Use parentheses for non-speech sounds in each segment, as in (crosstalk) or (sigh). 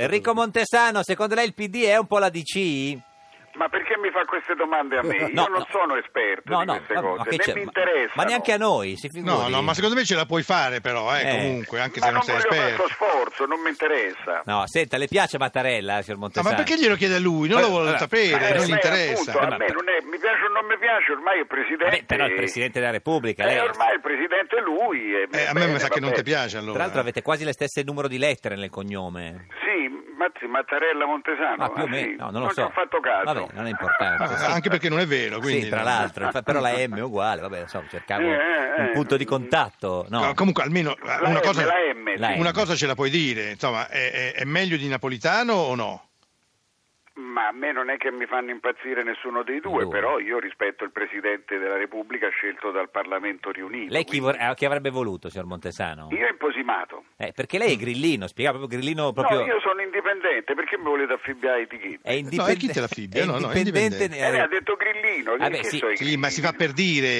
Enrico Montesano, secondo lei il PD è un po' la DC? Ma perché mi fa queste domande a me? Io No, non no. sono esperto di queste ma- ma cose, che c'è- né mi ma- interessa. Ma neanche a noi, si No, figuri. no, ma secondo me ce la puoi fare però, eh, Eh. comunque, anche Ma se non non sei voglio fare esperto. questo sforzo, non mi interessa. No, senta, le piace Mattarella, signor No, Montesano? ma perché glielo chiede a lui? Non lo Eh, vuole eh, sapere, Eh, non beh, gli interessa. appunto, a me non è- mi piace o non mi piace, ormai è presidente. Beh, però il Presidente della Repubblica, Eh, lei... ormai il presidente è lui. e Eh, a me bene, mi sa che non vabbè. ti piace allora. Tra l'altro avete quasi le stesse numero di lettere nel cognome. Sì, Mazzi, Mattarella Montesano. Ah, più o ah, meno, sì. no, non lo ci so. ho fatto caso. Vabbè, non è importante. Ah, sì. anche perché non è vero, quindi... Sì, tra no. l'altro, infa- però la M è uguale, vabbè, non so, cercavo Eh, eh, un eh. punto di contatto. No. No, comunque almeno eh, La una M, cosa, la M, La sì. M. una cosa ce la puoi dire, insomma, è, è- è meglio di Napolitano o no? Ma a me non è che mi fanno impazzire nessuno dei due, Due. però io rispetto il Presidente della Repubblica scelto dal Parlamento riunito. Lei chi, quindi- vor- eh, chi avrebbe voluto, signor Montesano? Io imposimato. Eh, perché lei è grillino, spiegava proprio grillino proprio... No, io sono indipendente, perché mi volete affibbiare i ticket? È No, e chi te indipendente. la fibbia? è No, no, è indipendente. Eh, lei ha detto Grillino, Vabbè, che sì, so i Sì, ma si fa grillini? per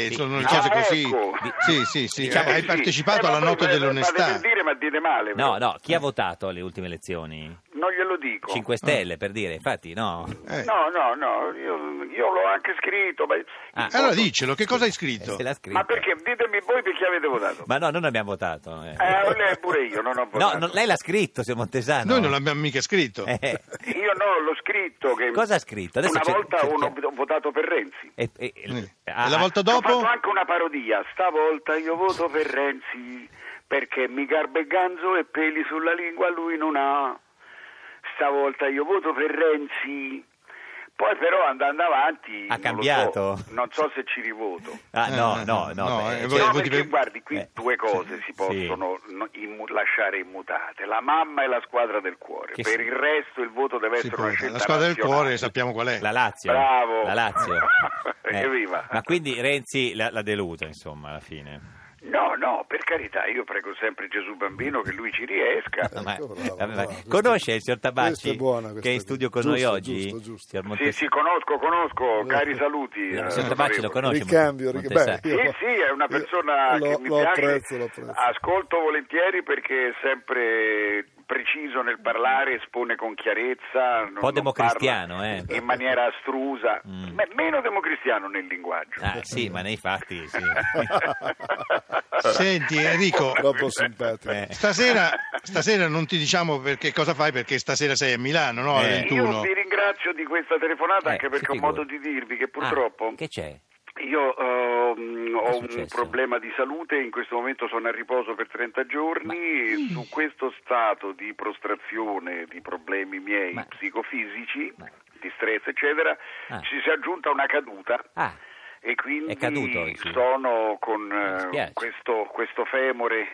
dire, sono Ah, cose così. ecco. Sì, sì, sì, Diciamo hai sì. partecipato Eh, ma alla voi notte fate- dell'onestà. Fate per dire, ma dite male. No, però. no, chi ha votato alle ultime elezioni? Non glielo dico. 5 Stelle, per dire, infatti, no. Eh, No, no, no, io, io l'ho anche scritto. Ma, Ah. Allora dicelo, che cosa hai Eh, scritto? se l'ha scritto. ma perché? Ditemi voi perché avete votato. Ma no, non abbiamo votato. eh. Eh, lei pure io non ho votato. (laughs) No, no, lei l'ha scritto, signor Montesano. Noi non l'abbiamo mica scritto. (laughs) Eh, Io no, l'ho scritto. Che Cosa ha scritto? Adesso una c'è- volta c'è- uno- c'è- ho votato per Renzi. e- e- Eh. ah, e la volta Ho dopo? fatto anche una parodia. Stavolta io voto per Renzi perché mi garba e ganzo e peli sulla lingua lui non ha. Stavolta io voto per Renzi. Poi però andando avanti Ha non lo cambiato? so, non so se ci rivoto. Ah, no, Eh, no, no. no, beh, eh, cioè- voi- no, voti perché per- guardi, qui eh, due cose si possono no, immu- lasciare immutate, la mamma e la squadra del cuore. Che per sì. il resto il voto deve Sì, essere una poi, scelta la squadra del nazionale. cuore sappiamo qual è. La Lazio. Bravo. La (laughs) Lazio. Eh, Evviva. Ma quindi Renzi l'ha, l'ha delusa, insomma, alla fine. No, no, per carità, io prego sempre Gesù Bambino che lui ci riesca. Eh, Ma- bravo, vabbè, bravo, bravo. ma- Questa- conosce il signor questa Tabacci è buona, che questa è in qui. studio con noi Giusto, oggi? giusto, giusto. Signor Sì, Montes- sì, conosco, conosco, cari saluti. Il eh, signor Tabacci lo onorevole. conosce? Ricambio, Montes- ricambio. Montes- Beh, Sì, sì, è una persona Lo- che mi lo piace, Ah, apprezzo, lo apprezzo. ascolto volentieri perché è sempre preciso nel parlare, espone con chiarezza. Un po' democristiano, eh. Mm. In maniera astrusa, Ma meno democristiano nel linguaggio. Ah, sì, ma nei fatti (laughs) (laughs) sì. Senti Enrico, Troppo simpatico. Eh. stasera, stasera non ti diciamo perché cosa fai perché stasera sei a Milano, no? Alle Eh. Io 21. vi ringrazio di questa telefonata Eh, anche perché si ho modo figuri. di dirvi che Ah, purtroppo che c'è? Io ehm, Che è ho un successo? problema di salute, in questo momento sono a riposo per 30 giorni e su questo stato di prostrazione, di problemi miei Ma- psicofisici, Ma- di stress eccetera, Ah. ci si è aggiunta una caduta Ah, e quindi È caduto oggi? sono con Mi eh, dispiace. questo, questo femore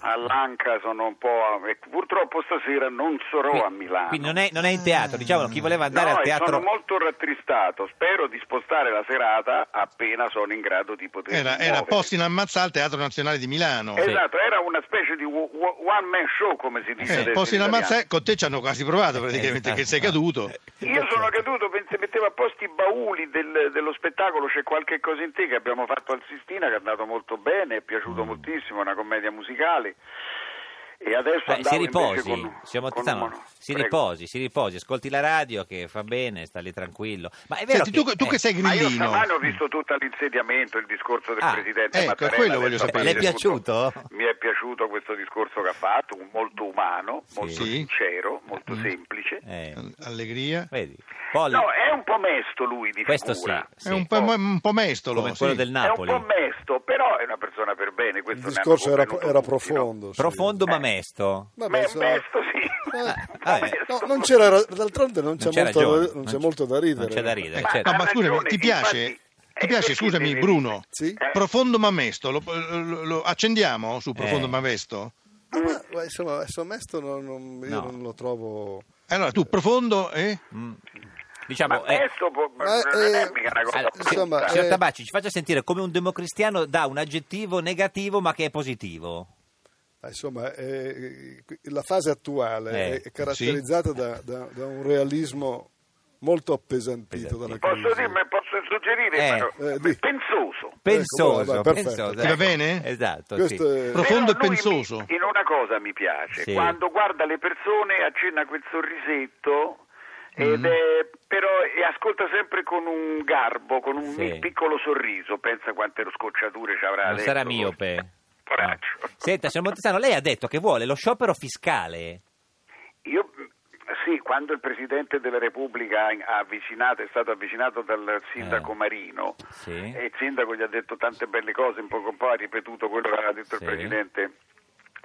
all'anca, sono un po'... a- e purtroppo stasera non sarò qui- a Milano. Quindi non è, non è in teatro, diciamolo, chi voleva andare No, al e teatro... sono molto rattristato. Spero di spostare la serata appena sono in grado di poter. Era, era posto in ammazza al Teatro Nazionale di Milano. Esatto, era una specie di one man show, come si dice. Eh, adesso posti in in ammazza italiano. eh, con te ci hanno quasi provato praticamente Eh, che sei esatto. caduto. Io sono caduto, pens- mettevo a posto i bauli del- dello spettacolo C'è qualche cosa in te che abbiamo fatto al Sistina, che è andato molto bene, è piaciuto Mm. moltissimo, è una commedia musicale. E adesso Beh, andavo si invece riposi, con- signor con Montesano, un mono- si Prego. riposi, si riposi, ascolti la radio che fa bene, sta lì tranquillo. Ma è vero Senti, tu, tu eh, che sei Ma io grillino. stamane ho visto tutto l'insediamento, il discorso del Ah, Presidente ecco, Mattarella. quello del voglio Paese sapere. Le è piaciuto? Mi è piaciuto questo discorso che ha fatto, un- molto umano, molto Sì. sincero, molto semplice. Eh, Allegria. vedi, Polli, No, è un po' mesto lui di questo sì, figura. sì, È un Oh. po', un po' mestolo. come eh, sì. quello del È un Napoli, po' mesto, però è una persona per bene. Il Questo ne discorso hanno era, convenuto era tutti, no? profondo. sì. profondo Eh. ma mesto. Vabbè, Ma è insomma, mesto, sì. (laughs) eh, vabbè. no, non c'era, ra- d'altronde non c'è, c'è molto, ragione, da, non c'è non c'è- molto da ridere. non c'è da ridere. Eh, Ma certo. no, ma ha scusami, ragione, ti piace? infatti, ti eh, piace, perché scusami deve- Bruno, Eh, Sì? profondo ma mesto, lo, lo- lo accendiamo su profondo Eh. ma mesto? Ah, ma- ma insomma, adesso mesto non, non- io No. non lo trovo... eh, Eh, Allora tu profondo eh? e... Diciamo, Ma eh, mesto può- Ma, non è eh, mica una cosa allora, sì, insomma, brutta. signor eh, Tabacci, ci faccia sentire come un democristiano dà un aggettivo negativo ma che è positivo. Ah, Insomma, eh, la fase attuale Eh, è caratterizzata da, da- da un realismo molto appesantito dalla Posso crisi. dirmi, posso posso suggerire, Eh. però, Eh, di. pensoso. Pensoso, Ecco, vabbè, perfetto. pensoso, Ti va ecco. bene? Esatto, sì. Questo è- Profondo Però e lui mi- pensoso. in una cosa mi piace, Sì. quando guarda le persone accenna quel sorrisetto, Mm-hmm. ed è- però e ascolta sempre con un garbo, con un Sì. mi- piccolo sorriso, pensa quante scocciature ci avrà Non adesso. sarà miope. Poraccio. No. Senta, signor Montesano, lei ha detto che vuole lo sciopero fiscale. Io sì, quando il Presidente della Repubblica ha avvicinato, è stato avvicinato dal sindaco Eh. Marino Sì. e il sindaco gli ha detto tante belle cose, un po' un po' ha ripetuto quello che aveva detto Sì. Mm. il Presidente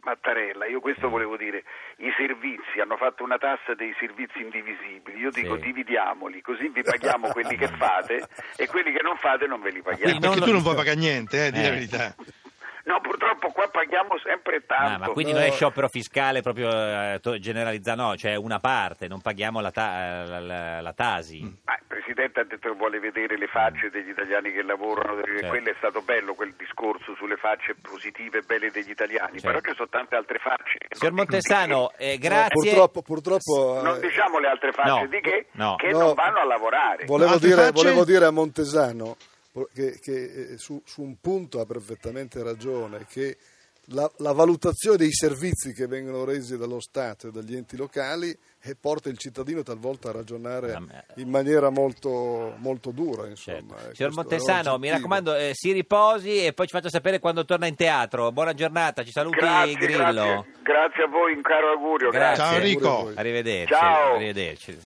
Mattarella. Io questo volevo dire, i servizi hanno fatto una tassa dei servizi indivisibili, io dico Sì. dividiamoli, così vi paghiamo quelli che (laughs) fate e quelli che non fate non ve li paghiamo. non Perché lo- tu non puoi pagare niente, eh, di Eh. la verità. No, purtroppo qua paghiamo sempre tanto. Ah, ma quindi non è sciopero fiscale proprio eh, to- generalizzato, no, c'è una parte, non paghiamo la, ta- eh, la- la- la Mm. Tasi. Ma il Presidente ha detto che vuole vedere le facce degli italiani che lavorano, perché Certo. quello è stato bello quel discorso sulle facce positive e belle degli italiani, Certo. però ci sono tante altre facce. Signor Non- Montesano, eh, No, grazie. purtroppo, purtroppo, Non eh, diciamo le altre facce No, di che, no. che No. non vanno a lavorare. volevo, Altre dire, facce? volevo dire a Montesano po- che, che, eh, su, su un punto ha perfettamente ragione, che la, la valutazione dei servizi che vengono resi dallo Stato e dagli enti locali eh, porta il cittadino talvolta a ragionare Ah, ma- in maniera molto, molto dura. Certo. Insomma. Signor Eh, questo è Montesano, mi oggettivo. raccomando, eh, si riposi e poi ci faccia sapere quando torna in teatro. Buona giornata, ci saluti Grazie, Grillo. grazie, grazie a voi, un caro augurio. Grazie. Ciao Pure Enrico. voi. Arrivederci. Ciao. Arrivederci.